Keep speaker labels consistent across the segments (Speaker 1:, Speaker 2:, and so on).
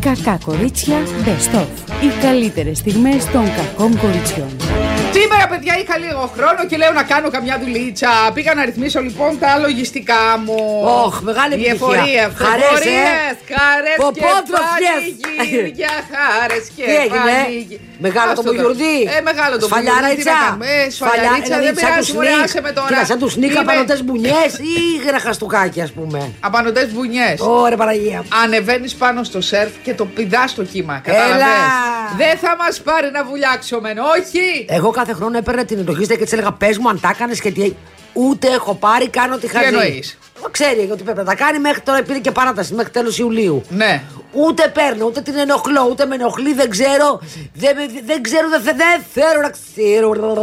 Speaker 1: Κακά κορίτσια Best of. Οι καλύτερες στιγμές των κακών κοριτσιών.
Speaker 2: Σήμερα, παιδιά, είχα λίγο χρόνο και λέω να κάνω καμιά δουλίτσα. Πήγα να ρυθμίσω λοιπόν τα λογιστικά μου.
Speaker 3: Ωχ, μεγάλη
Speaker 2: Η
Speaker 3: επιτυχία.
Speaker 2: εφορία,
Speaker 3: Χαρές, ε.
Speaker 2: Χαρές, χαρές και
Speaker 3: Ποπότροφιες.
Speaker 2: πανηγύρια, χαρές και
Speaker 3: Τι έγινε, ε?
Speaker 2: πανηγύρια.
Speaker 3: μεγάλο
Speaker 2: Ε, Άστο
Speaker 3: το μπογιουρδί.
Speaker 2: Ε, μεγάλο το μπογιουρδί.
Speaker 3: Σφαλιάριτσα.
Speaker 2: τι να κάνουμε. Ε, σφαλιάριτσα, δεν πειράζει, μωρέ, άσε με τώρα.
Speaker 3: Κοίτα, σαν τους Νίκα
Speaker 2: Είμαι
Speaker 3: πανωτέ μπουνιέ ή γραχαστούκάκι, ας πούμε.
Speaker 2: Απανωτές μπουνιές.
Speaker 3: Ωραία, Παναγία. μου.
Speaker 2: Ανεβαίνεις πάνω στο σερφ και το πηδάς το κύμα. Κατάλαβες.
Speaker 3: Έλα.
Speaker 2: Δεν θα μας πάρει να βουλιάξει ο μεν, όχι!
Speaker 3: Εγώ κάθε χρόνο έπαιρνα την εντοχίστρια και της έλεγα πες μου αν τα έκανες και τι. Ούτε έχω πάρει, κάνω τη χαζή.
Speaker 2: εννοείς?
Speaker 3: Ξέρει ότι πρέπει να τα κάνει μέχρι τώρα, πήρε και παράταση μέχρι τέλος Ιουλίου.
Speaker 2: Ναι.
Speaker 3: Ούτε παίρνω, ούτε την ενοχλώ, ούτε με ενοχλεί, δεν ξέρω. Δεν, με- δεν ξέρω, δεν, θε- δεν θέλω να ξέρω.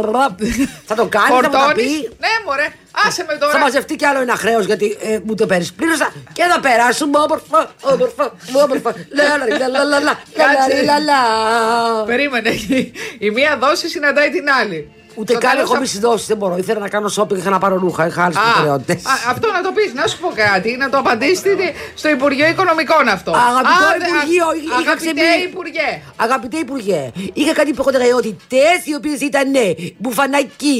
Speaker 3: θα το κάνει, θα μου τα
Speaker 2: Φορτώνεις.
Speaker 3: πει.
Speaker 2: Ναι, μωρέ. Άσε με τώρα.
Speaker 3: Θα μαζευτεί κι άλλο ένα χρέος γιατί ε, μου το παίρνεις. Πλήρωσα και θα περάσουμε όμορφα, όμορφα, όμορφα. Λα, λα, λα, λα, λα, λα,
Speaker 2: Κάτσε.
Speaker 3: λα, λα, λα.
Speaker 2: Περίμενε. Η μία δόση συναντάει την άλλη.
Speaker 3: Ούτε
Speaker 2: Στο
Speaker 3: καν
Speaker 2: τέλος
Speaker 3: έχω
Speaker 2: α-
Speaker 3: μη δόσει, δεν μπορώ. Ήθελα να κάνω shopping, είχα να πάρω ρούχα, είχα άλλες
Speaker 2: Α,
Speaker 3: προτεραιότητες.
Speaker 2: α, αυτό να το πεις, να σου πω κάτι, να το απαντήσει στο Υπουργείο Οικονομικών αυτό.
Speaker 3: Αγαπητό
Speaker 2: Α, δε- α-
Speaker 3: Υπουργείο, είχα
Speaker 2: αγαπητέ
Speaker 3: ξεμείνει.
Speaker 2: Υπουργέ.
Speaker 3: Αγαπητέ Υπουργέ, είχα κάτι υποκοντραιότητε οι οποίες ήταν ναι, μπουφανάκι,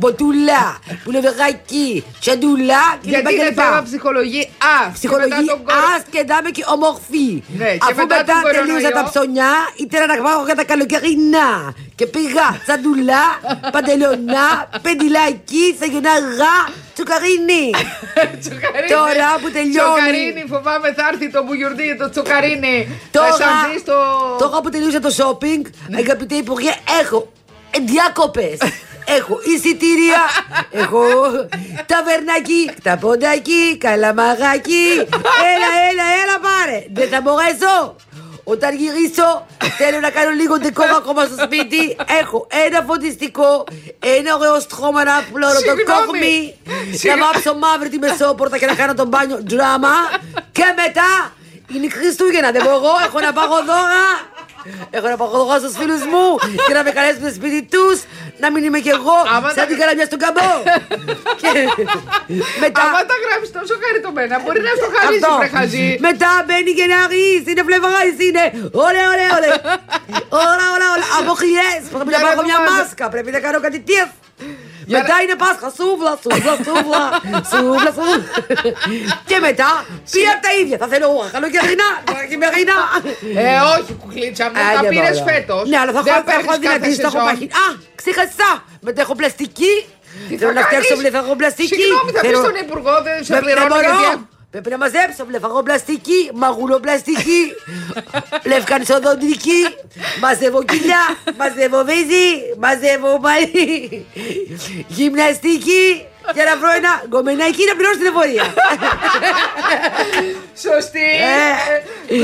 Speaker 3: μποτούλα, πουλεβεγάκι, τσαντούλα κλπ.
Speaker 2: Γιατί είναι
Speaker 3: κλπ.
Speaker 2: θέμα ψυχολογή Α. και
Speaker 3: Ψυχολογή
Speaker 2: μετά τον κορο-
Speaker 3: άσκετά με και ομορφή.
Speaker 2: Ναι, και
Speaker 3: Αφού
Speaker 2: μετά
Speaker 3: μετά,
Speaker 2: τον κορονοϊό.
Speaker 3: τελείωσα τα ψωνιά, ήθελα να πάω για τα καλοκαιρινά. Και πήγα σαντουλά, παντελονά, πεντιλάκι, σαγιονάργα, τσουκαρίνι.
Speaker 2: Τσοκαρίνη.
Speaker 3: Τώρα που τελειώνει.
Speaker 2: Τσοκαρίνη, φοβάμαι θα έρθει το μπουγιουρδί, το τσοκαρίνη.
Speaker 3: Τώρα,
Speaker 2: θα Ε, σαν δεις το. Ναι.
Speaker 3: τώρα που τελείωσα το shopping, αγαπητέ Υπουργέ, έχω διάκοπε. Έχω εισιτήρια, έχω ταβερνάκι, ταποντάκι, καλαμαγάκι. Έλα, έλα, έλα πάρε. Δεν θα μπορέσω. Όταν γυρίσω, θέλω να κάνω λίγο ντεκόρα ακόμα στο σπίτι. Έχω ένα φωτιστικό, ένα ωραίο στρώμα να πλώρω το
Speaker 2: Συγγνώμη.
Speaker 3: κόκμι. Να
Speaker 2: Συγγνώμη.
Speaker 3: βάψω μαύρη τη μεσόπορτα και να κάνω τον μπάνιο ντράμα. Και μετά είναι Χριστούγεννα. Δεν μπορώ, έχω να πάω δώρα. Έχω να πάω δώρα στους φίλους μου και να με καλέσουν στο σπίτι τους. Να μην είμαι κι εγώ
Speaker 2: Άμα τα-
Speaker 3: σαν την καραμιά στον καμπό. και... μετά.
Speaker 2: Άμα τα γράφει τόσο χαριτωμένα, μπορεί να στο χαρίσει,
Speaker 3: Αυτό.
Speaker 2: βρε χαζή.
Speaker 3: Μετά μπαίνει Γενάρη, είναι φλεβαρά, είναι. Ωραία, ωραία, ωραία. Όλα, όλα, όλα. Από χιλιέ. Πρέπει
Speaker 2: Μια
Speaker 3: να πάρω μια
Speaker 2: εβδομάδα.
Speaker 3: μάσκα, πρέπει να κάνω κάτι τι.
Speaker 2: Για
Speaker 3: Μετά
Speaker 2: να-
Speaker 3: είναι Πάσχα, σούβλα, σούβλα, σούβλα, σούβλα, σούβλα. Και μετά πήρα τα ίδια. Θα θέλω ρούχα, καλοκαιρινά, χειμερινά.
Speaker 2: Ε, όχι, κουκλίτσα μου, τα
Speaker 3: Άντε,
Speaker 2: πήρε
Speaker 3: μωρέ.
Speaker 2: φέτος.
Speaker 3: Ναι, αλλά θα έχω- θα έχω δυνατή, θα έχω παχύ. Α, ξέχασα. Μετά έχω πλαστική. Θέλω να φτιάξω βλεφαγοπλαστική.
Speaker 2: Συγγνώμη, θα πει
Speaker 3: Θέλω-
Speaker 2: στον Υπουργό, δεν σε
Speaker 3: Πρέπει να
Speaker 2: πληρώνω
Speaker 3: μπορώ.
Speaker 2: γιατί.
Speaker 3: Πρέπει να μαζέψω βλεφαγοπλαστική, μαγουλοπλαστική, λευκανισοδοντική, μαζεύω κοιλιά, μαζεύω βίζι, μαζεύω μαλλί, γυμναστική για να βρω ένα γκομενάκι να πληρώσω την εφορία.
Speaker 2: Σωστή.
Speaker 3: Ε.
Speaker 2: Ε,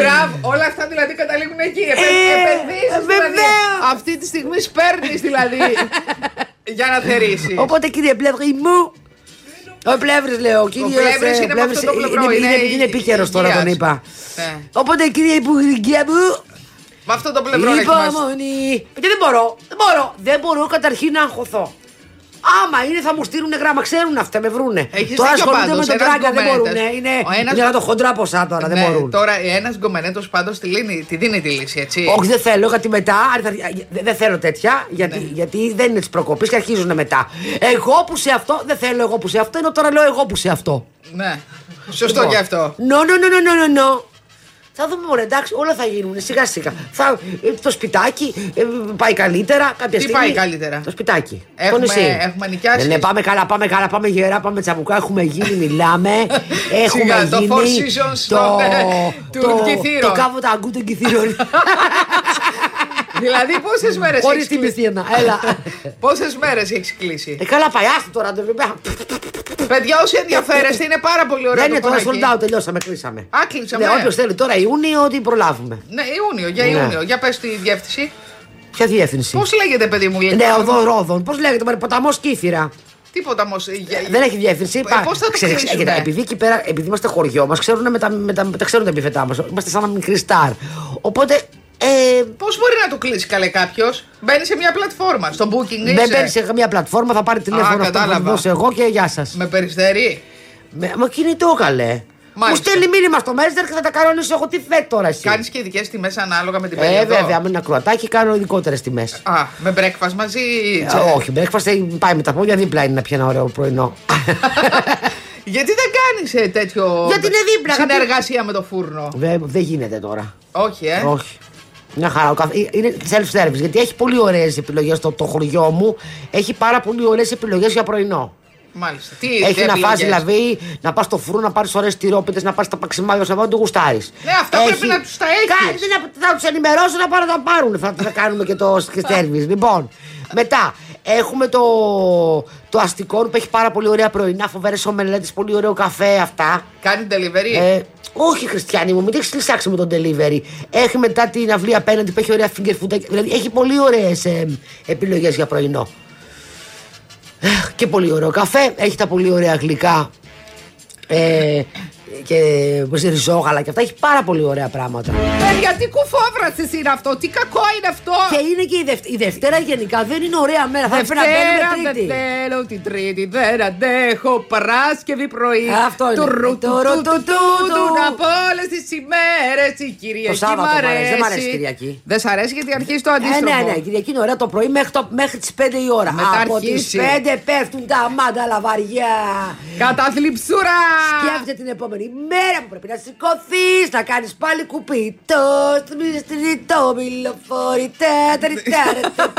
Speaker 2: Μπράβο, όλα αυτά δηλαδή καταλήγουν εκεί. Επε-
Speaker 3: Ε,
Speaker 2: επενδύσεις δηλαδή.
Speaker 3: βεβαίως.
Speaker 2: Αυτή τη στιγμή σπέρνεις δηλαδή. Για να θερήσεις.
Speaker 3: Οπότε κύριε Πλεύρη μου, ο Πλεύρης λέω, κύριος,
Speaker 2: Πλεύρης
Speaker 3: ε,
Speaker 2: είναι με αυτό το πλευρό,
Speaker 3: είναι,
Speaker 2: είναι
Speaker 3: είναι, είναι επίκαιρος τώρα τον
Speaker 2: υγείας.
Speaker 3: είπα.
Speaker 2: Ναι.
Speaker 3: Οπότε κύριε Υπουργέ μου,
Speaker 2: Με αυτό το
Speaker 3: Λοιπόν,
Speaker 2: πλευρό να ετοιμάσεις.
Speaker 3: Υπομονή. Γιατί δεν μπορώ. Δεν μπορώ. Δεν μπορώ καταρχήν να αγχωθώ. Άμα είναι θα μου στείλουν γράμμα, ξέρουν αυτά, με βρούνε.
Speaker 2: Έχεις
Speaker 3: τώρα
Speaker 2: δίκιο
Speaker 3: ασχολούνται
Speaker 2: πάντως,
Speaker 3: με τον
Speaker 2: ένας
Speaker 3: τράγκα, δεν μπορούν.
Speaker 2: γκομμένετας.
Speaker 3: Είναι,
Speaker 2: Ο ένας-
Speaker 3: είναι το χοντρά ποσά τώρα, δεν
Speaker 2: Ναι,
Speaker 3: μπορούν.
Speaker 2: Τώρα ένας γκομενέτος πάντως τη, λύνει- τη δίνει τη λύση, έτσι.
Speaker 3: Όχι, δεν θέλω, γιατί μετά. αν θα- δε- Δεν θέλω τέτοια, γιατί,
Speaker 2: Ναι.
Speaker 3: γιατί δεν είναι της προκοπής και αρχίζουν μετά. Εγώ που σε αυτό, δεν θέλω εγώ που σε αυτό, ενώ τώρα λέω εγώ που σε αυτό.
Speaker 2: Ναι.
Speaker 3: Λοιπόν.
Speaker 2: Σωστό και αυτό.
Speaker 3: No, no, no, no, no, no, no. Θα δούμε, ωραία, εντάξει, όλα θα γίνουν σιγά σιγά. Θα, ε, το σπιτάκι ε, πάει καλύτερα κάποια
Speaker 2: Τι
Speaker 3: στιγμή.
Speaker 2: πάει καλύτερα?
Speaker 3: Το σπιτάκι.
Speaker 2: Έχουμε-
Speaker 3: το νησί.
Speaker 2: έχουμε νοικιάσει.
Speaker 3: Ναι, ναι, πάμε καλά, πάμε καλά, πάμε γερά, πάμε τσαμπουκά. Έχουμε γίνει, μιλάμε. έχουμε
Speaker 2: Σιγά, το
Speaker 3: γίνει.
Speaker 2: Four Seasons των, ε, του Κηθήρων.
Speaker 3: Το κάβο τα αγκού των κυθύρων.
Speaker 2: δηλαδή, πόσες μέρες
Speaker 3: Χωρίς τη μυθίνα. Έλα.
Speaker 2: Πόσες μέρες έχεις κλείσει.
Speaker 3: ε, καλά, πάει, άστο τώρα. το-
Speaker 2: Παιδιά, όσοι ενδιαφέρεστε, είναι πάρα πολύ ωραίο.
Speaker 3: Δεν είναι
Speaker 2: το
Speaker 3: Ναι, τώρα
Speaker 2: χωράκι.
Speaker 3: sold out, τελειώσαμε, κλείσαμε.
Speaker 2: Α, κλείσαμε,
Speaker 3: Ναι,
Speaker 2: ε.
Speaker 3: όποιος θέλει τώρα Ιούνιο, ότι προλάβουμε.
Speaker 2: Ναι, Ιούνιο, για
Speaker 3: Ναι.
Speaker 2: Ιούνιο. Για πες τη διεύθυνση.
Speaker 3: Ποια διεύθυνση.
Speaker 2: Πώς λέγεται, παιδί μου,
Speaker 3: Ναι,
Speaker 2: λέγεται.
Speaker 3: οδό Ρόδων. Πώς λέγεται, μωρέ, ποταμός Κύθυρα.
Speaker 2: Τίποτα ε, όμω.
Speaker 3: Δεν έχει διεύθυνση.
Speaker 2: Ε, πώς θα το
Speaker 3: Ξέρεις,
Speaker 2: κλείσουνε?
Speaker 3: κοίτα, επειδή εκεί πέρα, επειδή είμαστε χωριό μας, ξέρουν με τα, με τα, τα ξέρουν τα επιφετά μας. Είμαστε σαν ένα μικρή στάρ. Οπότε. Ε,
Speaker 2: Πώς μπορεί να το κλείσει καλέ κάποιος. Μπαίνει σε μια πλατφόρμα. Στο booking Ναι, είσαι.
Speaker 3: δεν μπαίνει σε καμία πλατφόρμα, θα πάρει τηλέφωνο αυτό που θα
Speaker 2: κατάλαβα.
Speaker 3: δώσω εγώ και γεια σας. Με...
Speaker 2: Με περιστερεί.
Speaker 3: Με, μα κινητό καλέ. Μου
Speaker 2: Μάλιστα.
Speaker 3: στέλνει μήνυμα στο Messenger και θα τα κανονίσω εγώ τι φέτο τώρα εσύ.
Speaker 2: Κάνεις και ειδικές τιμές ανάλογα με την
Speaker 3: Ε,
Speaker 2: περίοδο.
Speaker 3: βέβαια, με ένα κρουατάκι κάνω ειδικότερες τιμές.
Speaker 2: Α, με breakfast μαζί. τσε.
Speaker 3: Ε, Όχι, breakfast ε, πάει με τα πόδια δίπλα είναι να πιει ένα ωραίο πρωινό.
Speaker 2: Γιατί δεν κάνεις τέτοιο.
Speaker 3: Γιατί είναι δίπλα, αγαπητέ.
Speaker 2: Συνεργασία με το φούρνο.
Speaker 3: Δε- Δεν γίνεται τώρα.
Speaker 2: Όχι, ε.
Speaker 3: Όχι. Μια χαρά. Ο καθ- Είναι self-service γιατί έχει πολύ ωραίες επιλογές. Το, το χωριό μου έχει πάρα πολύ ωραίες επιλογές για πρωινό.
Speaker 2: Μάλιστα. Τι
Speaker 3: Έχει να φας
Speaker 2: επιλογές.
Speaker 3: δηλαδή, να πας στο φρού, να πάρεις ωραίες τυρόπιτες, να πα τα παξιμάδια σου, να το γουστάρεις.
Speaker 2: Ναι, αυτά πρέπει να τους τα έχεις.
Speaker 3: θα τους ενημερώσω να πάρουν να τα πάρουν. Θα, θα κάνουμε και το σερβις. λοιπόν, μετά έχουμε το, το αστικό που έχει πάρα πολύ ωραία πρωινά, φοβερές ομελέτες, πολύ ωραίο καφέ αυτά.
Speaker 2: Κάνει delivery.
Speaker 3: Ε, όχι, Χριστιανή μου, μην έχει λησάξει με τον delivery. Έχει μετά την αυλή απέναντι που έχει ωραία finger food. Δηλαδή έχει πολύ ωραίες επιλογές για πρωινό. Εχ, Και πολύ ωραίο καφέ. Έχει τα πολύ ωραία γλυκά. Ε, και πώς είναι, ριζόγαλα και αυτά. Έχει πάρα πολύ ωραία πράγματα.
Speaker 2: Παιδιά, τι κουφόβραση Ε, είναι αυτό, τι κακό είναι αυτό.
Speaker 3: Και είναι και η, Δευτε- η Δευτέρα γενικά δεν είναι ωραία μέρα. Θα πρέπει να μπαίνουμε
Speaker 2: Δευτέρα,
Speaker 3: Τρίτη.
Speaker 2: δεν θέλω την Τρίτη, δεν αντέχω. Παράσκευη πρωί.
Speaker 3: Αυτό είναι. Ε,
Speaker 2: Του ρου, του
Speaker 3: Το
Speaker 2: ρου,
Speaker 3: ρο,
Speaker 2: του
Speaker 3: του, του, του.
Speaker 2: του. Από όλες τις ημέρες η Κυριακή.
Speaker 3: Σάββατο
Speaker 2: μ'
Speaker 3: μ' αρέσει, δεν μ' αρέσει Κυριακή.
Speaker 2: Δεν σ' αρέσει γιατί αρχίζει το
Speaker 3: Ε,
Speaker 2: αντίστροφο.
Speaker 3: ναι, ναι, Κυριακή είναι ωραία το πρωί μέχρι, το, μέχρι τις 5 η ώρα.
Speaker 2: Μετά
Speaker 3: Από τις
Speaker 2: αρχίσει.
Speaker 3: 5 πέφτουν τα μάντα λαβαριά.
Speaker 2: Καταθλιψούρα.
Speaker 3: Σκέφτε την επόμενη μέρα που πρέπει να σηκωθείς, να κάνεις πάλι κουπί. Τος στριτό, μιλοφόρη, τέταρτη, τέταρτη.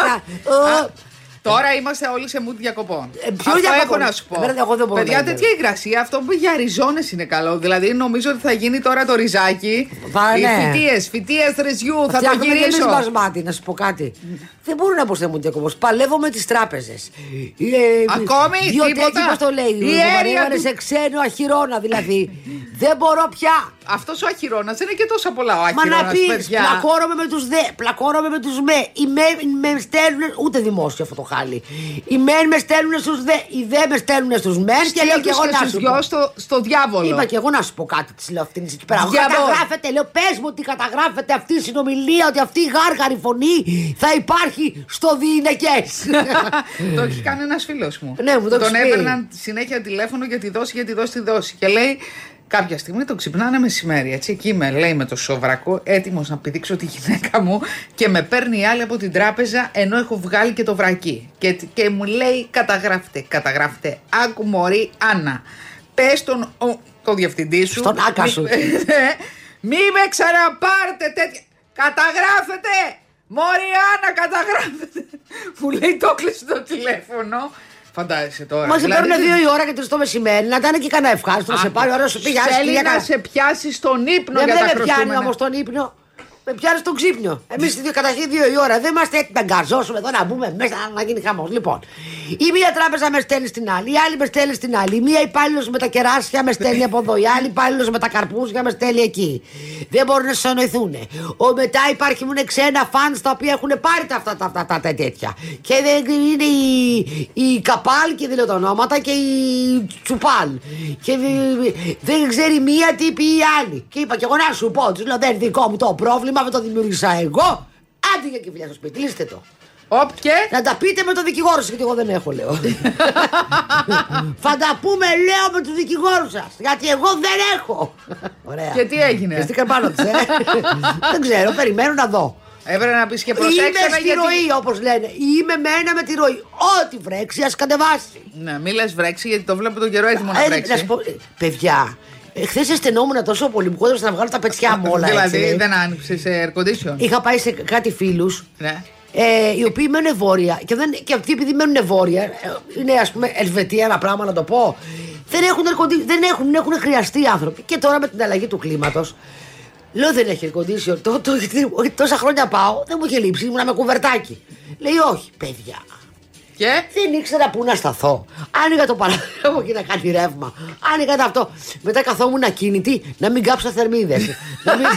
Speaker 2: Τώρα είμαστε όλοι σε mood διακοπών.
Speaker 3: Ε, ποιο
Speaker 2: αυτό
Speaker 3: διακοπών?
Speaker 2: έχω να σου πω.
Speaker 3: Εμένα δεν- εγώ δεν μπορώ
Speaker 2: Παιδιά,
Speaker 3: να
Speaker 2: τέτοια υγρασία, αυτό που για ριζόνε είναι καλό. Δηλαδή, νομίζω ότι θα γίνει τώρα το ριζάκι.
Speaker 3: Βα,
Speaker 2: Οι
Speaker 3: ναι.
Speaker 2: φυτίες, φυτίες ρυζιού, θα το
Speaker 3: Φτιάχνουμε και εμεί
Speaker 2: γυρίσω.
Speaker 3: μπασμάτι, να σου πω κάτι. Δεν μπορούν να αποστελούν διακοπέ. Παλεύω με τις τράπεζες.
Speaker 2: Ακόμη,
Speaker 3: Δύο
Speaker 2: τίποτα?
Speaker 3: τέτοιοι, πώς το λέει.
Speaker 2: Η αίρια
Speaker 3: Βαρύγανε
Speaker 2: του-
Speaker 3: σε ξένο αχυρώνα δηλαδή. Δεν μπορώ πια.
Speaker 2: Αυτός ο αχυρώνας δεν είναι και τόσο πολλά ο
Speaker 3: Μα
Speaker 2: αχυρώνα.
Speaker 3: να πεις,
Speaker 2: παιδιά.
Speaker 3: πλακώνομαι με τους δε, πλακώνομαι με τους με. Οι με με στέλνουν, ούτε δημόσιο αυτό το χάλι. Οι μεν μες στέλνουν στους δε, οι δε μες στέλνουν στους μεν και λέω και
Speaker 2: Στείλτους
Speaker 3: εγώ να
Speaker 2: στους
Speaker 3: σου
Speaker 2: δυο
Speaker 3: πω.
Speaker 2: στο, στο διάβολο.
Speaker 3: Είπα και εγώ να σου πω κάτι της λέω αυτήν εκεί πέρα.
Speaker 2: Για πω.
Speaker 3: Καταγράφεται, λέω, πες μου ότι καταγράφεται αυτή η συνομιλία, ότι αυτή η γάργαρη φωνή θα υπάρχει στο διηνεκές.
Speaker 2: το έχει κάνει ένας φίλος μου.
Speaker 3: Ναι, μου το
Speaker 2: Τον
Speaker 3: έχεις πει.
Speaker 2: έπαιρναν συνέχεια τηλέφωνο για τη δόση, για τη δόση, τη δόση. Και λέει, κάποια στιγμή το ξυπνάνε μεσημέρι. Έτσι, εκεί με λέει με το σοβρακό, έτοιμος να πηδήξω τη γυναίκα μου και με παίρνει η άλλη από την τράπεζα ενώ έχω βγάλει και το βρακί. Και, και μου λέει, καταγράφτε, καταγράφτε. Άκου μωρή, Άννα. Πες τον, ο- τον διευθυντή σου.
Speaker 3: Στον άκα σου.
Speaker 2: Ναι. Μη με ξαναπάρτε τέτοια. Καταγράφετε! Μωριάννα, καταγράφετε! Μου λέει το κλείσε το τηλέφωνο. Φαντάζεσαι τώρα.
Speaker 3: Μας σε
Speaker 2: Δηλαδή,
Speaker 3: παίρνουν
Speaker 2: τι-
Speaker 3: δύο η ώρα και τρει το μεσημέρι, να ήταν και κανένα ευχάριστο, να σε πάρει ώρα σου πει «Γεια σας,
Speaker 2: Θέλει
Speaker 3: κυρία
Speaker 2: να
Speaker 3: Κα-
Speaker 2: σε πιάσει στον ύπνο
Speaker 3: Δεν
Speaker 2: για τα
Speaker 3: δεν με Ναι, πιάνει
Speaker 2: χρωστούμενα.
Speaker 3: όμως τον ύπνο. Με πιάνεις τον ξύπνιο. Εμείς καταρχήν δύο η ώρα δεν είμαστε έτοιμοι να γκαζώσουμε εδώ να μπούμε μέσα να γίνει χαμός. Λοιπόν, η μία τράπεζα με στέλνει στην άλλη, η άλλη με στέλνει στην άλλη. Η μία υπάλληλος με τα κεράσια με στέλνει από εδώ, η άλλη υπάλληλος με τα καρπούζια με στέλνει εκεί. Δεν μπορούν να συνοηθούν. Ο μετά υπάρχουν ξένα φαν τα οποία έχουν πάρει τα αυτά τα, αυτά τα, τα τέτοια. Και δεν είναι η, η Καπάλ και δεν λέω τα ονόματα και η Τσουπάλ. Και δε- δεν ξέρει μία τι πει η άλλη. Και είπα και εγώ να σου πω, τους λέω δεν είναι δικό μου το πρόβλημα, δεν το δημιούργησα εγώ. Άντε για και φιλιά στο σπίτι, λύστε το.
Speaker 2: Όπ και.
Speaker 3: Να τα πείτε με τον δικηγόρο σας, γιατί εγώ δεν έχω, λέω. Θα τα πούμε, λέω, με τον δικηγόρο σας. Γιατί εγώ δεν έχω. Ωραία.
Speaker 2: Και τι έγινε?
Speaker 3: Χεστήκαν πάνω της, ε. δεν ξέρω, περιμένω να δω.
Speaker 2: Έπρεπε να πεις και Ε, προσέξτε
Speaker 3: Είμαι
Speaker 2: με
Speaker 3: στη
Speaker 2: γιατί.
Speaker 3: ροή, όπως λένε. Είμαι με ένα με τη ροή. Ό,τι βρέξει, ας κατεβάσει.
Speaker 2: Ναι, μη λες βρέξει γιατί το βλέπω τον καιρό έτοιμο να
Speaker 3: Ε,
Speaker 2: βρέξει.
Speaker 3: να σου πω, ε, παιδιά, χθες αισθανόμουν τόσο πολύ που κόντεψα να βγάλω τα πετσιά μου όλα.
Speaker 2: δηλαδή
Speaker 3: έτσι.
Speaker 2: δεν άνοιξε air condition.
Speaker 3: Είχα πάει σε κάτι φίλους
Speaker 2: Ναι.
Speaker 3: ε, οι οποίοι μένουν βόρεια και, δεν, και αυτοί επειδή μένουν βόρεια, ε, είναι ας πούμε Ελβετία ένα πράγμα να το πω. Δεν έχουν, air condi- δεν έχουν, δεν έχουν χρειαστεί οι άνθρωποι. Και τώρα με την αλλαγή του κλίματος. Λέω δεν έχει air condition. Το, το, τόσα χρόνια πάω, δεν μου είχε λείψει, ήμουνα με κουβερτάκι. Λέει όχι, παιδιά.
Speaker 2: Και.
Speaker 3: Δεν ήξερα πού να σταθώ. Άνοιγα το παράθυρο και να κάνει ρεύμα. Άνοιγα το αυτό. Μετά καθόμουν ακίνητη να μην κάψω θερμίδες. να μην...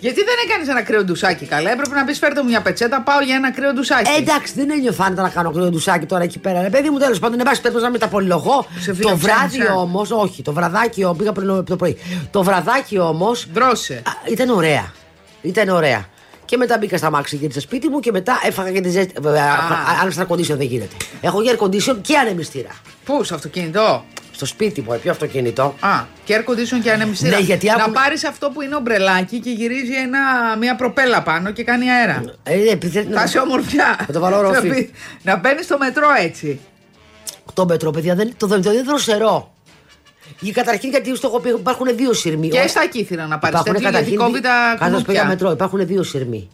Speaker 2: Γιατί δεν έκανες ένα κρύο ντουσάκι καλά. Έπρεπε να πεις φέρτε μου μια πετσέτα, πάω για ένα κρύο ντουσάκι.
Speaker 3: Ε, εντάξει, δεν ένιωθα άνετα να κάνω κρύο ντουσάκι τώρα εκεί πέρα. Ρε παιδί μου, τέλος πάντων, εν πάση περιπτώσει, να μεταπολυλογώ.
Speaker 2: Σε
Speaker 3: Το
Speaker 2: φιλοξένησε.
Speaker 3: βράδυ όμως, όχι, το βραδάκι όμως, πήγα πριν το πρωί. Το βραδάκι όμως
Speaker 2: Δρώσε.
Speaker 3: ήταν ωραία. Ήταν ωραία. Και μετά μπήκα στα μάξι και στο σπίτι μου και μετά έφαγα και τη ζέστη. Βέβαια,
Speaker 2: Α.
Speaker 3: αν στα condition δεν γίνεται. Έχω για air condition και ανεμιστήρα.
Speaker 2: Πού, στο αυτοκίνητο.
Speaker 3: Στο σπίτι μου, πιο αυτοκίνητο.
Speaker 2: Α, και air condition και ανεμιστήρα.
Speaker 3: Ναι, γιατί
Speaker 2: να
Speaker 3: άκου-
Speaker 2: πάρεις αυτό που είναι ομπρελάκι και γυρίζει ένα, μια προπέλα πάνω και κάνει αέρα.
Speaker 3: Ε, επειδή-
Speaker 2: Θα σε ομορφιά.
Speaker 3: Θα το βάλω ρόφι.
Speaker 2: Να πει- Να μπαίνεις στο μετρό έτσι.
Speaker 3: Το μετρό, παιδιά, δεν, το δελτίο είναι δροσερό. Για καταρχήν γιατί στο έχω πει υπάρχουν δύο σειρμοί.
Speaker 2: Και
Speaker 3: Ο-
Speaker 2: στα κύθυρα να πάρεις
Speaker 3: Υπάρχουν
Speaker 2: τέτοιο γιατί
Speaker 3: καταρχήν.
Speaker 2: κόβει τα
Speaker 3: Κάτω στο
Speaker 2: κουνούπια.
Speaker 3: μετρό υπάρχουν δύο σειρμοί.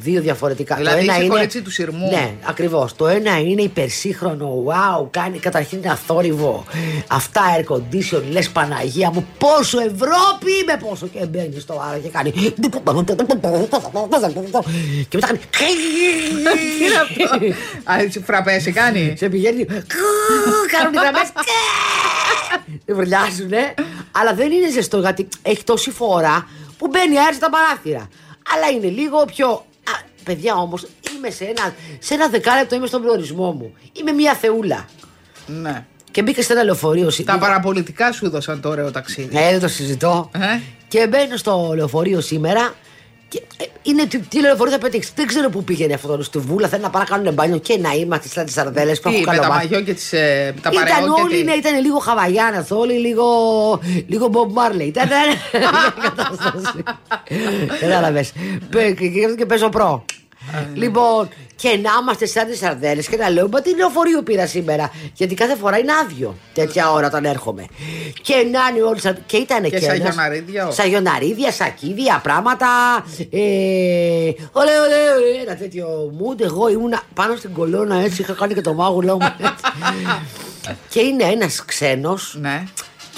Speaker 3: Δύο διαφορετικά.
Speaker 2: Δηλαδή,
Speaker 3: το ένα
Speaker 2: είσαι
Speaker 3: είναι.
Speaker 2: κορίτσι του σειρμού.
Speaker 3: Ναι, ακριβώς. Το ένα είναι υπερσύγχρονο. Wow, κάνει καταρχήν ένα θόρυβο. Αυτά air condition, λες Παναγία μου, πόσο Ευρώπη είμαι, πόσο. Και μπαίνεις στο άρα και κάνει. Και μετά κάνει.
Speaker 2: Τι είναι αυτό. Α, έτσι φραπέση κάνει.
Speaker 3: Σε πηγαίνει. κου, Κάνουν οι γραμμές. Βρυλιάζουνε. Αλλά δεν είναι ζεστό γιατί έχει τόση φορά που μπαίνει αέρα στα παράθυρα. Αλλά είναι λίγο πιο. Α, παιδιά όμως, είμαι σε ένα, σε ένα δεκάλεπτο είμαι στον προορισμό μου. Είμαι μια θεούλα.
Speaker 2: Ναι.
Speaker 3: Και μπήκα σε ένα λεωφορείο.
Speaker 2: Τα
Speaker 3: σήμερα.
Speaker 2: παραπολιτικά σου έδωσαν το ωραίο ταξίδι.
Speaker 3: Ε, δεν το συζητώ.
Speaker 2: Ε.
Speaker 3: Και μπαίνω στο λεωφορείο σήμερα. Και ε, είναι τι, τι λεωφορείο θα πετύχεις. Δεν ξέρω πού πήγαινε αυτό το στη βούλα. Θέλει να πάνε να κάνουν μπάνιο και να είμαστε σαν τι σαρδέλε
Speaker 2: Τι,
Speaker 3: που έχω
Speaker 2: με τα
Speaker 3: καλομάθει.
Speaker 2: μαγιό και τις, ε, τα παρεό
Speaker 3: Ήταν
Speaker 2: και
Speaker 3: όλοι,
Speaker 2: τι.
Speaker 3: ναι, ήταν λίγο Χαβαγιάνας, όλοι λίγο, λίγο Bob Marley. Ήταν μια κατάσταση. Κατάλαβες. Και παίζω προ.
Speaker 2: Ε.
Speaker 3: Λοιπόν, και να είμαστε σαν τις σαρδέλε και να λέω: Μα τι λεωφορείο πήρα σήμερα. Γιατί κάθε φορά είναι άδειο τέτοια ώρα όταν έρχομαι. Και να είναι όλοι σαν. Και ήταν
Speaker 2: Και σαγιοναρίδια, ο.
Speaker 3: Σαγιοναρίδια, σακίδια, πράγματα. Ε, ολέ, ολέ, ολέ, ένα τέτοιο mood. Εγώ ήμουνα πάνω στην κολόνα έτσι, είχα κάνει και το μάγουλό μου. έτσι. και είναι ένας ξένος,
Speaker 2: Ναι.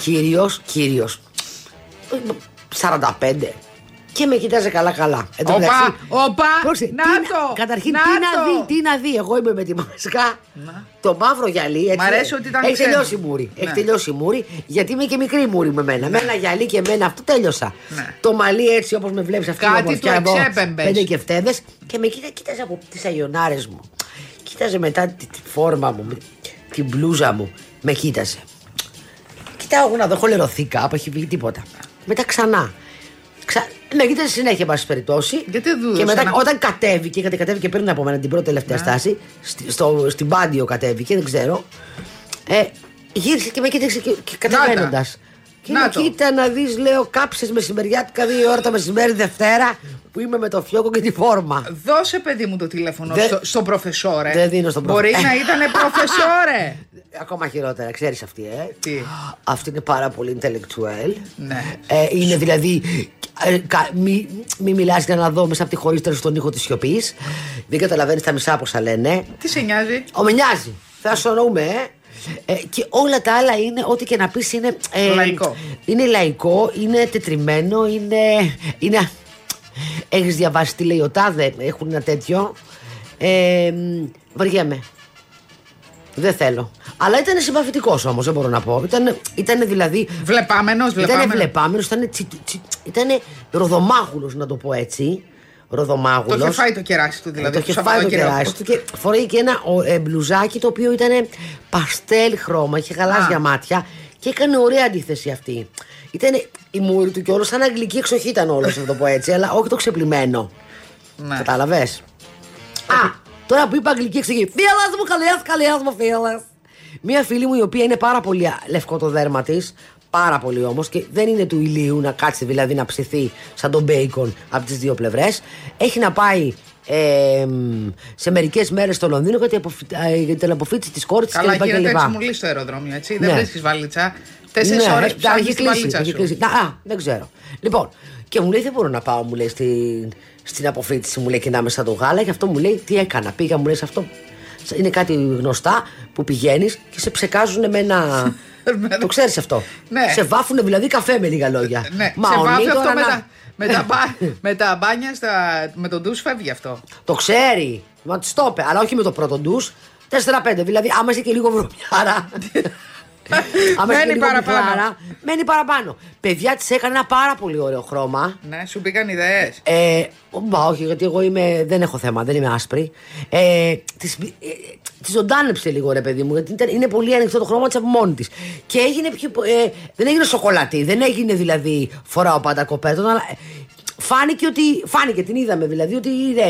Speaker 3: κύριος, κύριος. 45. Και με κοιτάζει καλά-καλά. Εν τω
Speaker 2: Οπα,
Speaker 3: μεταξύ,
Speaker 2: οπα,
Speaker 3: πρόσεξε,
Speaker 2: να
Speaker 3: τι
Speaker 2: το,
Speaker 3: Καταρχήν,
Speaker 2: να
Speaker 3: τι
Speaker 2: το.
Speaker 3: να δει, τι να δει. Εγώ είμαι με τη μάσκα, το μαύρο γυαλί. Έτσι,
Speaker 2: Μ' αρέσει ότι ήταν
Speaker 3: Έχει
Speaker 2: ξένο.
Speaker 3: τελειώσει η μούρη.
Speaker 2: Ναι.
Speaker 3: Έχει τελειώσει η μούρη, γιατί είμαι και μικρή μούρη με μένα. Με ένα γυαλί και με ένα αυτό τέλειωσα.
Speaker 2: Ναι.
Speaker 3: Το μαλλί έτσι όπως με βλέπεις αυτή η
Speaker 2: Κάτι
Speaker 3: ομορφιά
Speaker 2: του
Speaker 3: εδώ,
Speaker 2: εξέπεμπες.
Speaker 3: Πέντε και φτέδες. και με κοίτα, κοίταζε από τις αγιονάρες μου. Κοίταζε μετά τη, τη φόρμα μου, την μπλούζα μου. Με κοίταζε. Κοιτάω εγώ να δω, έχω λερωθεί κάπου, έχει βγει τίποτα. Μετά ξανά. Ξα... Ναι, κοίταζε συνέχεια, εν πάση περιπτώσει.
Speaker 2: Γιατί δεν του
Speaker 3: Και μετά,
Speaker 2: δώσε ένα-
Speaker 3: όταν κατέβηκε, γιατί κατέβηκε πριν από μένα την πρώτη τελευταία
Speaker 2: Ναι.
Speaker 3: στάση, στη- στο, στην Πάντιο κατέβηκε, δεν ξέρω. Ε, γύρισε και με κοίταξε και, και κατεβαίνοντας. Και
Speaker 2: Να
Speaker 3: λέω,
Speaker 2: το.
Speaker 3: κοίτα να δεις, λέω, κάψες μεσημεριάτικα δύο ώρα το μεσημέρι Δευτέρα που είμαι με το φιόκο και τη φόρμα.
Speaker 2: Δώσε παιδί μου το τηλέφωνο
Speaker 3: Δεν-
Speaker 2: στο, στον προφεσόρε.
Speaker 3: Δεν δίνω στον προφε-
Speaker 2: Μπορεί να ήταν προφεσόρε.
Speaker 3: Ακόμα χειρότερα, ξέρεις αυτή, ε.
Speaker 2: Τι?
Speaker 3: Αυτή είναι πάρα πολύ intellectual.
Speaker 2: Ναι.
Speaker 3: Ε, είναι δηλαδή. ε, κα- μη, μη μιλάς για να δω μέσα από τη χωρίστρα στον ήχο της σιωπής. Δεν καταλαβαίνεις τα μισά πόσα λένε.
Speaker 2: Τι σε νοιάζει.
Speaker 3: Ο με νοιάζει. Θα σωρούμε, ε. Ε, και όλα τα άλλα είναι, ό,τι και να πεις είναι. ε,
Speaker 2: Λαϊκό.
Speaker 3: Είναι λαϊκό, είναι τετριμένο, είναι. είναι Έχεις διαβάσει τι λέει ο Τάδε, έχουν ένα τέτοιο. Ε, μ, βαριέμαι. Δεν θέλω. Αλλά ήταν συμπαθητικός όμως, δεν μπορώ να πω. Ήταν, ήτανε δηλαδή.
Speaker 2: Βλεπάμενος,
Speaker 3: Ήταν
Speaker 2: βλεπάμενος.
Speaker 3: βλεπάμενος, ήταν ήτανε ροδομάγουλος, να το πω έτσι.
Speaker 2: Το
Speaker 3: Ροδομάγουλο.
Speaker 2: είχε φάει το κεράσι του δηλαδή.
Speaker 3: Ε, το είχε φάει το
Speaker 2: Σαββατοκύριακο.
Speaker 3: κεράσι του και φορεί και ένα ο, ε, μπλουζάκι το οποίο ήταν παστέλ χρώμα, είχε γαλάζια
Speaker 2: Α.
Speaker 3: μάτια και έκανε ωραία αντίθεση αυτή. Ήταν η μούρη του και όλο σαν αγγλική εξοχή ήταν όλος, να το πω έτσι, αλλά όχι το ξεπλημένο.
Speaker 2: Ναι.
Speaker 3: Κατάλαβες. Α, τώρα που είπα αγγλική εξηγή. Φίλε μου, καλές, καλές μου, φίλε. Μία φίλη μου η οποία είναι πάρα πολύ λευκό το δέρμα της, πάρα πολύ όμως και δεν είναι του ηλίου να κάτσει δηλαδή να ψηθεί σαν τον μπέικον από τις δύο πλευρές. Έχει να πάει ε, σε μερικές μέρες στο Λονδίνο γιατί αποφυ- ε, για την αποφύτιση της κόρης τη
Speaker 2: Καλά,
Speaker 3: κλπ.
Speaker 2: γίνεται
Speaker 3: κλπ.
Speaker 2: έτσι μουλή στο αεροδρόμιο, έτσι. Δεν
Speaker 3: Ναι.
Speaker 2: βρίσκεις βαλίτσα. Τέσσερις
Speaker 3: Ναι,
Speaker 2: ώρες
Speaker 3: έχει- έχει
Speaker 2: ψάχνει τη
Speaker 3: κλείσει,
Speaker 2: βαλίτσα
Speaker 3: έχει κλείσει.
Speaker 2: σου.
Speaker 3: Να, α, δεν ξέρω. Λοιπόν, και μου λέει δεν μπορώ να πάω, μου λέει στην, στην αποφύτιση, μου λέει και να είμαι σαν το γάλα. Και αυτό μου λέει τι έκανα. Πήγα, μου λέει σε αυτό. Είναι κάτι γνωστά που πηγαίνεις και σε ψεκάζουν με ένα. το ξέρεις αυτό.
Speaker 2: Ναι.
Speaker 3: Σε βάφουν δηλαδή καφέ με λίγα λόγια.
Speaker 2: Ναι,
Speaker 3: Μα
Speaker 2: σε
Speaker 3: ο
Speaker 2: βάφει
Speaker 3: Νίκο
Speaker 2: αυτό με
Speaker 3: να- Ναι.
Speaker 2: τα, με τα, μπα- με τα μπάνια, στα, με τον ντους φεύγει αυτό.
Speaker 3: Το ξέρει. Μα τη το είπε, αλλά όχι με το πρώτο ντους. 4-5. Δηλαδή, άμα είσαι και λίγο βρωμιάρα. άμα είσαι
Speaker 2: Μένει
Speaker 3: και λίγο
Speaker 2: παραπάνω.
Speaker 3: βρωμιάρα, μένει παραπάνω. Παιδιά της έκανε ένα πάρα πολύ ωραίο χρώμα.
Speaker 2: Ναι, σου μπήκαν ιδέες.
Speaker 3: Ε, μπα, όχι, γιατί εγώ είμαι, δεν έχω θέμα, δεν είμαι άσπρη. Ε, της, ε, της ζωντάνεψε λίγο ρε παιδί μου, γιατί ήταν, είναι πολύ ανοιχτό το χρώμα της από μόνη της. Και έγινε πιο. Ε, δεν έγινε σοκολατή, δεν έγινε δηλαδή φοράω πάντα κοπέτων, αλλά ε, φάνηκε ότι. Φάνηκε, την ε, είδαμε δηλαδή ότι. Ναι,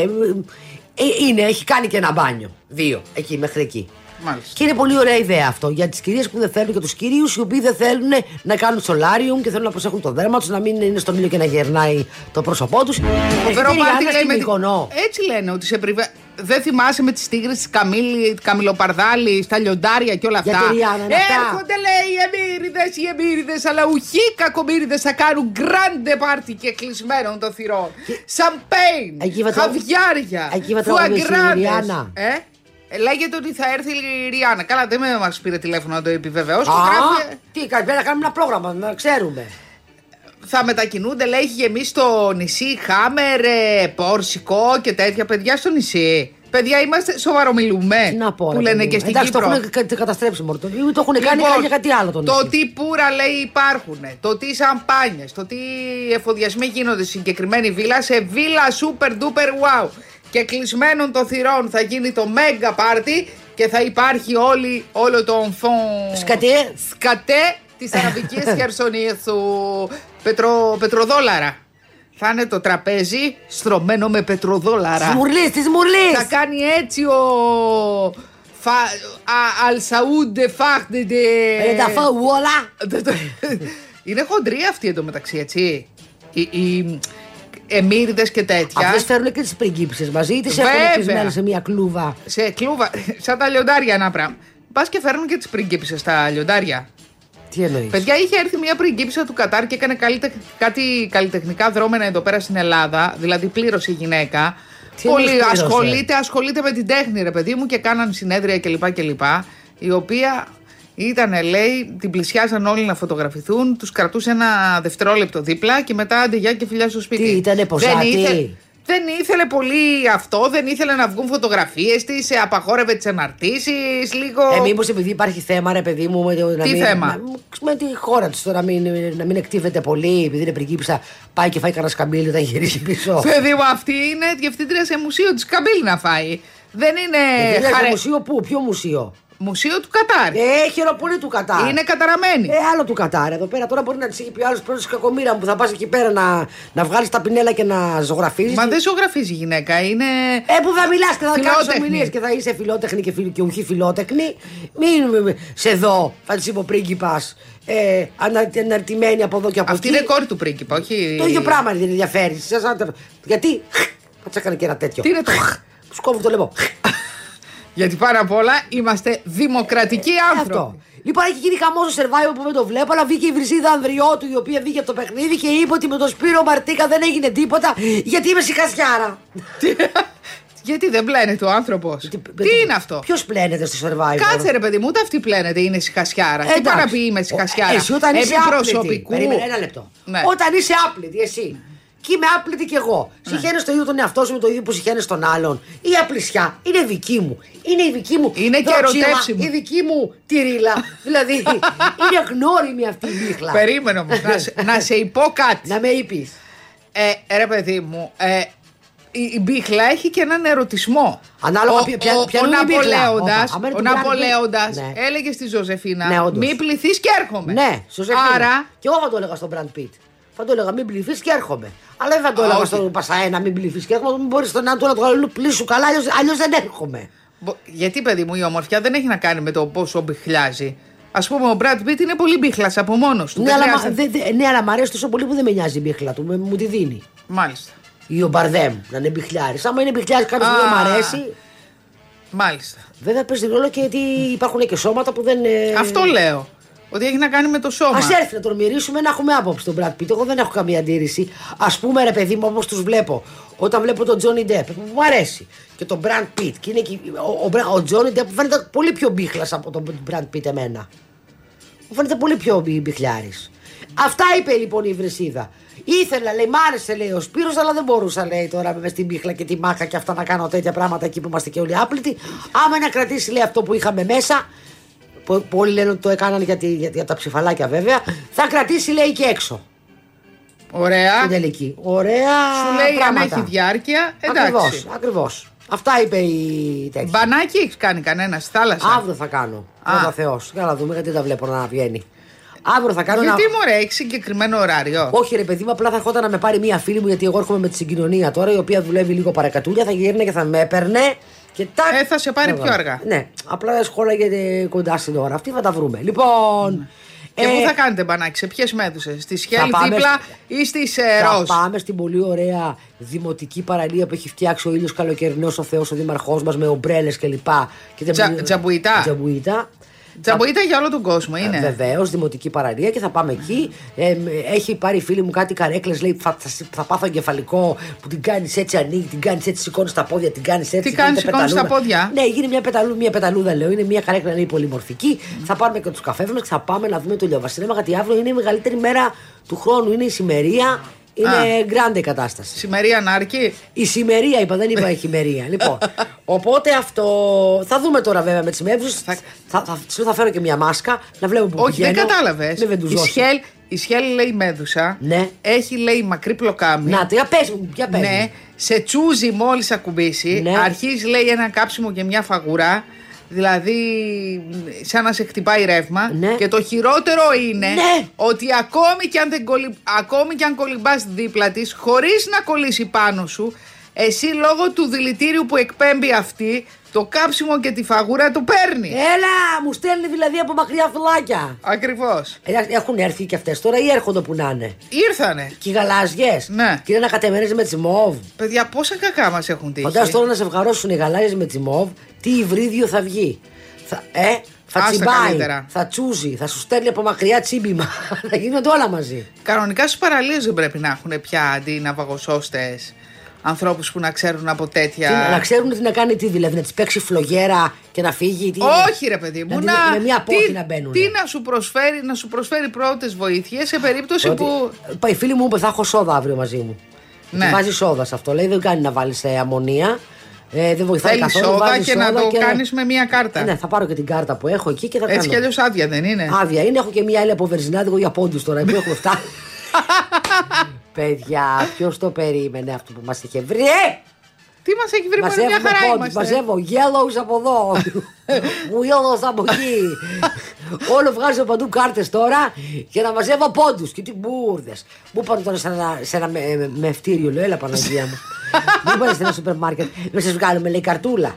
Speaker 3: ε, είναι, έχει κάνει και ένα μπάνιο. Δύο, εκεί μέχρι εκεί.
Speaker 2: Μάλιστα.
Speaker 3: Και είναι πολύ ωραία ιδέα αυτό για τις κυρίες που δεν θέλουν και τους κυρίους οι οποίοι δεν θέλουν να κάνουν solarium και θέλουν να προσέχουν το δέρμα τους, να μην είναι στον ήλιο και να γερνάει το πρόσωπό τους.
Speaker 2: Φοβερό πάρτι λέει με την-
Speaker 3: Μικονό.
Speaker 2: Έτσι λένε ότι σε πριβέ. Δεν θυμάσαι με τις τίγρες, τις καμιλοπαρδάλη, τα λιοντάρια και όλα αυτά.
Speaker 3: Για τη Ριάννα είναι αυτά.
Speaker 2: Έρχονται λέει οι εμπειρίδε, οι εμπειρίδε, αλλά ουχή κακομύριδες θα κάνουν γκράντε πάρτι και κλεισμένων των θυρών.
Speaker 3: Εκεί
Speaker 2: Σαμπέιν,
Speaker 3: βατρό-
Speaker 2: χαβιάρια,
Speaker 3: Εκεί βατρό-
Speaker 2: φουαγκράδες.
Speaker 3: η Ριάννα.
Speaker 2: Ε, ε, Λέγεται ότι θα έρθει η Ριάννα. Καλά, δεν μας πήρε τηλέφωνο να το επιβεβαιώσω.
Speaker 3: Α,
Speaker 2: Γράφει-
Speaker 3: τι, κα- πρέπει να κάνουμε ένα πρόγραμμα, να ξέρουμε.
Speaker 2: θα μετακινούνται, λέει, έχει γεμίσει το νησί Χάμερ, ε, Πόρσικο και τέτοια παιδιά στο νησί. Παιδιά, είμαστε σοβαρομιλούμε.
Speaker 3: Τι να πω.
Speaker 2: που
Speaker 3: ρε
Speaker 2: λένε
Speaker 3: παιδί
Speaker 2: και
Speaker 3: μου.
Speaker 2: στην
Speaker 3: Εντάξει,
Speaker 2: Κύπρο.
Speaker 3: το έχουν κα- καταστρέψει μόνο. Το ή το έχουν κάνει
Speaker 2: Λοιπόν,
Speaker 3: για κάτι άλλο. Τον
Speaker 2: το τι πουρα λέει υπάρχουν, το τι σαμπάνιες, το τι εφοδιασμοί γίνονται στη συγκεκριμένη βίλα σε βίλα super duper wow. Και κλεισμένων των θυρών θα γίνει το mega party και θα υπάρχει όλη, όλο το enfant.
Speaker 3: Σκατέ.
Speaker 2: Σκατέ της Αραβικής Χερσονήσου. Πετρο, πετροδόλαρα. Θα είναι το τραπέζι στρωμένο με πετροδόλαρα.
Speaker 3: Σμουρλή, τη μουρλή.
Speaker 2: Θα κάνει έτσι ο. Αλσαούντε φάχτεντε.
Speaker 3: Ρε τα φάου όλα.
Speaker 2: Δεν το- Είναι χοντρή αυτή εντωμεταξύ, έτσι. Οι, οι εμμύριδες και τέτοια.
Speaker 3: Αυτές φέρνουν και τις πριγκίψε μαζί ή τις έχουν
Speaker 2: Βέβαια.
Speaker 3: κλεισμένα σε μια κλούβα.
Speaker 2: Σε κλούβα, σαν τα λιοντάρια ένα πράγμα. Πας και φέρνουν και τις πριγκίπισες τα λιοντάρια.
Speaker 3: Τι εννοείς.
Speaker 2: Παιδιά, είχε έρθει μια πριγκίπισσα του Κατάρ και έκανε καλύτε- κάτι καλλιτεχνικά δρόμενα εδώ πέρα στην Ελλάδα. Δηλαδή, πλήρωσε η γυναίκα.
Speaker 3: Τι
Speaker 2: Πολύ
Speaker 3: εννοείς πλήρωσε?
Speaker 2: ασχολείται, ασχολείται με την τέχνη, ρε παιδί μου, και κάναν συνέδρια κλπ. κλπ η οποία ήταν, λέει, την πλησιάζαν όλοι να φωτογραφηθούν, τους κρατούσε ένα δευτερόλεπτο δίπλα και μετά άντε γεια και φιλιά στο σπίτι.
Speaker 3: Τι ήτανε, ποζάτη?
Speaker 2: δεν ήθελε πολύ αυτό, δεν ήθελε να βγουν φωτογραφίες της, απαγόρευε τις αναρτήσεις, λίγο.
Speaker 3: Ε, μήπως επειδή υπάρχει θέμα, ρε παιδί μου, με, το, να
Speaker 2: Τι
Speaker 3: μην,
Speaker 2: θέμα?
Speaker 3: να- με τη χώρα του, να μην, να μην εκτίθεται πολύ, επειδή είναι πριγκίψα, πάει και φάει κανένα σκαμπίλι όταν γυρίσει πίσω.
Speaker 2: Παιδί μου, δηλαδή, αυτή είναι διευθύντρια σε μουσείο της Καμπύλη να φάει. Δεν είναι
Speaker 3: Ε,
Speaker 2: χαρέ. Μουσείο.
Speaker 3: μουσείο πού, ποιο μουσείο.
Speaker 2: του Κατάρ.
Speaker 3: Ε, χειροπολί του Κατάρ.
Speaker 2: Είναι καταραμένη.
Speaker 3: Ε, άλλο του Κατάρ. Εδώ πέρα τώρα μπορεί να της έχει πει άλλο πρώτο κακομήρα μου που θα πας εκεί πέρα να, να βγάλεις τα πινέλα και να ζωγραφίζεις.
Speaker 2: Μα δεν ζωγραφίζει η γυναίκα. Είναι.
Speaker 3: Ε, που θα μιλάς και θα κάνεις
Speaker 2: Φιλότεχνη.
Speaker 3: ομιλίες και θα είσαι φιλότεχνη και, φιλ, και ουχή φιλότεχνη. Μην μη- μη- σε εδώ, θα της είπε ο πρίγκιπας. Ε, ανα- αναρτημένη από εδώ και από
Speaker 2: Αυτή
Speaker 3: εκεί.
Speaker 2: είναι κόρη του πρίγκιπα, όχι.
Speaker 3: Το ίδιο πράγμα δεν ενδιαφέρεις. Σας άντε- Γιατί. Θα έκανε και ένα τέτοιο.
Speaker 2: Τι είναι το.
Speaker 3: Τους κόβω το λαιμό.
Speaker 2: Γιατί πάρα απ' όλα είμαστε δημοκρατικοί
Speaker 3: Ε, Αυτό.
Speaker 2: άνθρωποι.
Speaker 3: Λοιπόν, έχει γίνει χαμός στο survivor που δεν το βλέπω, αλλά βγήκε η Βρυσίδα Ανδριώτου, η οποία βγήκε από το παιχνίδι και είπε ότι με τον Σπύρο Μαρτίκα δεν έγινε τίποτα, γιατί είμαι σιχασιάρα.
Speaker 2: Γιατί δεν πλένεται ο άνθρωπος.
Speaker 3: Ε,
Speaker 2: Τι είναι αυτό.
Speaker 3: Ποιος ε, πλένεται στο survivor.
Speaker 2: Κάτσε ρε παιδί μου, ούτε αυτή πλένεται, είναι σιχασιάρα. Τι πάει να πει είμαι σιχασιάρα.
Speaker 3: Ε, Εσύ όταν είσαι
Speaker 2: Επί
Speaker 3: άπλητη.
Speaker 2: προσωπικού.
Speaker 3: Περίμενε ένα λεπτό.
Speaker 2: Ναι.
Speaker 3: Όταν είσαι άπλητη, εσύ. Και είμαι άπλητη κι εγώ. Ναι. Συχαίνε το ίδιο τον εαυτό σου με το ίδιο που συχαίνε τον άλλον. Η απλησιά είναι δική μου. Είναι η δική μου.
Speaker 2: Είναι και
Speaker 3: δροξίμα,
Speaker 2: ερωτεύσιμο.
Speaker 3: Η δική μου τυρίλα. δηλαδή είναι γνώριμη αυτή η δίχλα.
Speaker 2: Περίμενε όμως, να σε υπό κάτι.
Speaker 3: Ναι. Να με είπε.
Speaker 2: Ε, ρε παιδί μου, ε, η, η μπίχλα έχει και έναν ερωτισμό.
Speaker 3: Ανάλογα
Speaker 2: ο,
Speaker 3: ποια- ποια-
Speaker 2: ο,
Speaker 3: ποια
Speaker 2: ο
Speaker 3: είναι η μπίχλα.
Speaker 2: Ναπολέοντας,
Speaker 3: Όπα, άμα είναι
Speaker 2: ο
Speaker 3: του Brad Pitt.
Speaker 2: Ναπολέοντας
Speaker 3: Ναι.
Speaker 2: έλεγε στη Ζωζεφίνα
Speaker 3: Ναι, όντως.
Speaker 2: μη πληθείς και έρχομαι.
Speaker 3: Ναι, σωστά.
Speaker 2: Άρα
Speaker 3: Και εγώ θα το έλεγα στον Brand Pitt. Θα το έλεγα μην πληθείς και έρχομαι. Αλλά δεν θα το έλεγα
Speaker 2: όχι.
Speaker 3: στον Πασαένα μην πληθείς και έρχομαι. Μην μπορεί τον Άντου να του πλήσου καλά, αλλιώς δεν έρχομαι.
Speaker 2: μπο- γιατί παιδί μου η ομορφιά δεν έχει να κάνει με το πόσο μπιχλιάζει. Ας πούμε ο Μπραντ Πίτ είναι πολύ μπιχλας από μόνος του.
Speaker 3: Ναι
Speaker 2: δεν
Speaker 3: αλλά, μα-
Speaker 2: χρειάζεται-
Speaker 3: δε- δε- ναι, αλλά μ' αρέσει τόσο πολύ που δεν με νοιάζει η μπίχλα του. με- μου τη δίνει.
Speaker 2: Μάλιστα.
Speaker 3: Ή ο Μπαρδέμ να είναι μπιχλιάρης. Άμα είναι μπιχλιάρης, κάποιος που
Speaker 2: Α.
Speaker 3: δεν μ' αρέσει.
Speaker 2: Μάλιστα.
Speaker 3: Βέβαια παίζει ρόλο και ότι υπάρχουν και σώματα που δεν. ε,
Speaker 2: Αυτό λέω. Ότι έχει να κάνει με το σώμα.
Speaker 3: Ας έρθει να τον μυρίσουμε να έχουμε άποψη τον Brad Pitt. Εγώ δεν έχω καμία αντίρρηση. Ας πούμε, ρε παιδί μου, όπως τους βλέπω. Όταν βλέπω τον Johnny Depp που μου αρέσει και τον Brad Pitt. Και είναι και, ο, ο, Bra- ο Johnny Depp φαίνεται πολύ πιο μπίχλας από τον Brad Pitt εμένα. Μου φαίνεται πολύ πιο μπι- μπιχλιάρης. Αυτά είπε λοιπόν η Βρυσίδα. Ήθελα, λέει, μ' άρεσε, λέει ο Σπύρος, αλλά δεν μπορούσα, λέει, τώρα με στην πίχλα και τη μάχα και αυτά να κάνω τέτοια πράγματα εκεί που είμαστε και όλοι άπλητοι. Άμα να κρατήσει, λέει, αυτό που είχαμε μέσα, που, που όλοι λένε ότι το έκαναν για, τη- για- για τα ψηφαλάκια βέβαια, θα κρατήσει, λέει, και έξω.
Speaker 2: Ωραία.
Speaker 3: Στην τελική. Ωραία.
Speaker 2: Σου λέει
Speaker 3: πράγματα.
Speaker 2: αν έχει διάρκεια. Εντάξει.
Speaker 3: Ακριβώς, ακριβώς. Αυτά είπε η τέτοια.
Speaker 2: Μπανάκι έχεις κάνει κανένας στη θάλασσα.
Speaker 3: Αύριο θα κάνω.
Speaker 2: Α.
Speaker 3: Πρώτα Θεός. Για να δούμε γιατί δεν τα βλέπω να βγαίνει. Αύριο θα κάνω
Speaker 2: Γιατί
Speaker 3: ένα.
Speaker 2: μωρέ, έχεις συγκεκριμένο ωράριο.
Speaker 3: Όχι, ρε παιδί μου, απλά θα ερχόταν να με πάρει μία φίλη μου, γιατί εγώ έρχομαι με τη συγκοινωνία τώρα, η οποία δουλεύει λίγο παρακατούλια, θα γύρνε και θα με έπαιρνε. Και τάκ.
Speaker 2: Ε, θα σε πάρει
Speaker 3: Ναι,
Speaker 2: πιο αργά.
Speaker 3: Ναι, απλά σχόλαγε κοντά στην ώρα. Αυτή θα τα βρούμε. Λοιπόν.
Speaker 2: Ναι. Και πού θα κάνετε μπανάκι, σε ποιες μέθουσε, στη Σχέλ
Speaker 3: πάμε
Speaker 2: δίπλα
Speaker 3: στη-
Speaker 2: ή στη Σερό.
Speaker 3: Θα πάμε στην πολύ ωραία δημοτική παραλία που έχει φτιάξει ο ήλιος καλοκαιρινός ο Θεός, ο Δήμαρχός μας με ομπρέλες κλπ. Και
Speaker 2: Τσα-
Speaker 3: τζαμπου-
Speaker 2: τζαμπουιτά.
Speaker 3: Τζαμπουιτά.
Speaker 2: Τζαμποίτα για όλο τον κόσμο
Speaker 3: Ε,
Speaker 2: είναι.
Speaker 3: Βεβαίως, δημοτική παραλία και θα πάμε εκεί. Ε, μ, έχει πάρει η φίλη μου κάτι καρέκλες, λέει θα, θα, σ- θα πάθω εγκεφαλικό που την κάνεις έτσι ανοίγει, την κάνεις έτσι, σηκώνεις τα πόδια, την κάνεις έτσι. γίνεται
Speaker 2: κάνεις, σηκώνεις
Speaker 3: πεταλούδα.
Speaker 2: τα πόδια?
Speaker 3: Ναι, γίνει μια πεταλούδα, μια πεταλούδα λέω. Είναι μια καρέκλα λέει πολυμορφική. Θα πάρουμε και τους καφέ μας και θα πάμε να δούμε το λιοβασίλεμα γιατί αύριο είναι η μεγαλύτερη μέρα του χρόνου. Είναι η σημερία. Είναι
Speaker 2: Α.
Speaker 3: γκράντε η κατάσταση.
Speaker 2: Σημερία Νάρκη.
Speaker 3: Η σημερία είπα, δεν είπα χειμερία. λοιπόν, οπότε αυτό. Θα δούμε τώρα βέβαια με τις μεύου. Θα... Θα, θα, σου θα φέρω και μια μάσκα να βλέπω που
Speaker 2: Όχι, δεν
Speaker 3: πηγαίνω.
Speaker 2: κατάλαβες.
Speaker 3: Μην
Speaker 2: Η
Speaker 3: βεντουζώσω.
Speaker 2: Σχέλ, η Σχέλ λέει μέδουσα.
Speaker 3: Ναι.
Speaker 2: Έχει λέει μακρύ πλοκάμι.
Speaker 3: Να, τι, για πες μου, για πες
Speaker 2: Ναι,
Speaker 3: μου.
Speaker 2: σε τσούζει μόλις ακουμπήσει.
Speaker 3: Ναι.
Speaker 2: Αρχίζει, λέει, ένα κάψιμο και μια φαγουρά. Δηλαδή, σαν να σε χτυπάει ρεύμα.
Speaker 3: Ναι.
Speaker 2: Και το χειρότερο είναι
Speaker 3: Ναι.
Speaker 2: ότι ακόμη και αν, δεν κολυ... ακόμη και αν κολυμπάς δίπλα της, χωρίς να κολλήσει πάνω σου, εσύ λόγω του δηλητήριου που εκπέμπει αυτή, το κάψιμο και τη φαγούρα το παίρνει.
Speaker 3: Ε. Έλα, μου στέλνει δηλαδή από μακριά φυλάκια.
Speaker 2: Ακριβώς.
Speaker 3: Ε, Έχουν έρθει και αυτές τώρα ή έρχονται που να είναι.
Speaker 2: Ήρθανε.
Speaker 3: Και οι γαλάζιες.
Speaker 2: Ναι.
Speaker 3: Και είναι ανακατεμένες με τσιμόβ.
Speaker 2: Παιδιά, πόσα κακά μας έχουν τύχει.
Speaker 3: Φαντάζομαι τώρα να σε βγαρώσουν οι γαλάζιες με τσιμόβ, τι υβρίδιο θα βγει. Θα, ε, θα
Speaker 2: Άστα
Speaker 3: τσιμπάει,
Speaker 2: καλύτερα.
Speaker 3: θα τσούζει, θα σου στέλνει από μακριά τσίμπημα. θα γίνονται όλα μαζί.
Speaker 2: Κανονικά στι παραλίες δεν πρέπει να έχουν πια αντί να βαγοσώστες ανθρώπους που να ξέρουν από
Speaker 3: Τι,
Speaker 2: τέτοια.
Speaker 3: να ξέρουν τι να κάνει, τι δηλαδή, να της παίξει φλογέρα και να φύγει. Τι
Speaker 2: Όχι, ρε παιδί μου,
Speaker 3: Δηλαδή,
Speaker 2: να.
Speaker 3: με μια πόρτη να μπαίνουνε.
Speaker 2: τι να σου προσφέρει, να σου προσφέρει πρώτες βοήθειες σε περίπτωση
Speaker 3: Ότι-
Speaker 2: που.
Speaker 3: Πα- Οι φίλοι μου είπε θα έχω σόδα αύριο μαζί μου.
Speaker 2: Ναι.
Speaker 3: Ναι. Βάζεις σόδα σε αυτό. Λέει δεν κάνει να βάλεις αμμονία. Ε, δεν βοηθάει
Speaker 2: Θέλει
Speaker 3: καθόλου.
Speaker 2: σόδα
Speaker 3: βάζεις
Speaker 2: και να
Speaker 3: σόδα
Speaker 2: το κάνεις με μια κάρτα.
Speaker 3: Ναι, θα πάρω και την κάρτα που έχω εκεί και θα
Speaker 2: Έτσι κι ναι.
Speaker 3: κάνω.
Speaker 2: αλλιώς άδεια δεν είναι.
Speaker 3: Άδεια είναι, έχω και μια άλλη από Βερζινάδη για πόντους τώρα που έχουμε φτάσει. Παιδιά, ποιος το περίμενε αυτό που μας είχε βρει. Ε!
Speaker 2: Τι μας έχει βρει, μόνο μια
Speaker 3: Μαζεύουμε
Speaker 2: χαρά
Speaker 3: πόντους,
Speaker 2: είμαστε.
Speaker 3: μαζεύω yellows από εδώ, yellows από εκεί. Όλο βγάζω παντού κάρτες τώρα για να μαζεύω πόντους. Και τι μπουρδε. Μου είπαν τώρα σε ένα, σε ένα με, με- μευτήριο, λέω, έλα Παναγία μου. Μου είπαν σε ένα σούπερ μάρκετ, να σας βγάλουμε, λέει καρτούλα.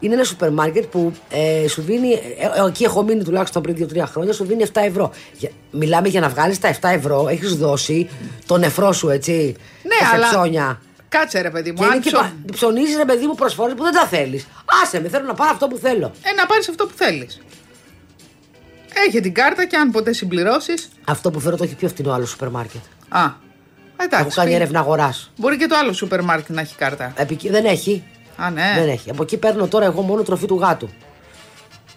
Speaker 3: Είναι ένα σούπερ μάρκετ που ε, σου δίνει. ε, ε, εκεί έχω μείνει τουλάχιστον πριν 2-3 χρόνια, σου δίνει 7 ευρώ. Για- μιλάμε για να βγάλεις τα 7 ευρώ, έχεις δώσει το νεφρό σου, έτσι. τα
Speaker 2: Ναι, αλλά.
Speaker 3: σεψόνια.
Speaker 2: Κάτσε, ρε παιδί
Speaker 3: Και
Speaker 2: μου,
Speaker 3: είναι
Speaker 2: αν
Speaker 3: και
Speaker 2: ψω-
Speaker 3: πα- ψωνίζεις ρε παιδί μου προσφορές που δεν τα θέλεις. Άσε με, θέλω να πάρω αυτό που θέλω.
Speaker 2: Ε, να πάρεις αυτό που θέλεις. Έχει την κάρτα και αν ποτέ συμπληρώσεις.
Speaker 3: Αυτό που φέρω το έχει πιο φθηνό άλλο σούπερ μάρκετ.
Speaker 2: Α. Εντάξει.
Speaker 3: Έχω κάνει
Speaker 2: πήγε.
Speaker 3: έρευνα αγοράς.
Speaker 2: Μπορεί και το άλλο σούπερ μάρκετ να έχει κάρτα.
Speaker 3: Δεν έχει.
Speaker 2: Α, ναι.
Speaker 3: Δεν έχει. Από εκεί παίρνω τώρα εγώ μόνο τροφή του γάτου.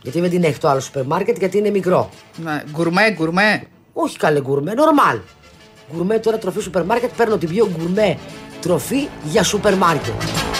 Speaker 3: Γιατί δεν την έχει το άλλο σούπερ μάρκετ γιατί είναι μικρό.
Speaker 2: Ναι, Γκουρμέ, γκουρμέ.
Speaker 3: Όχι καλέ γκουρμέ, νορμάλ. Γκουρμέ τώρα τροφή σούπερ μάρκετ, παίρνω την πιο γκουρμέ τροφή για σούπερ μάρκετ.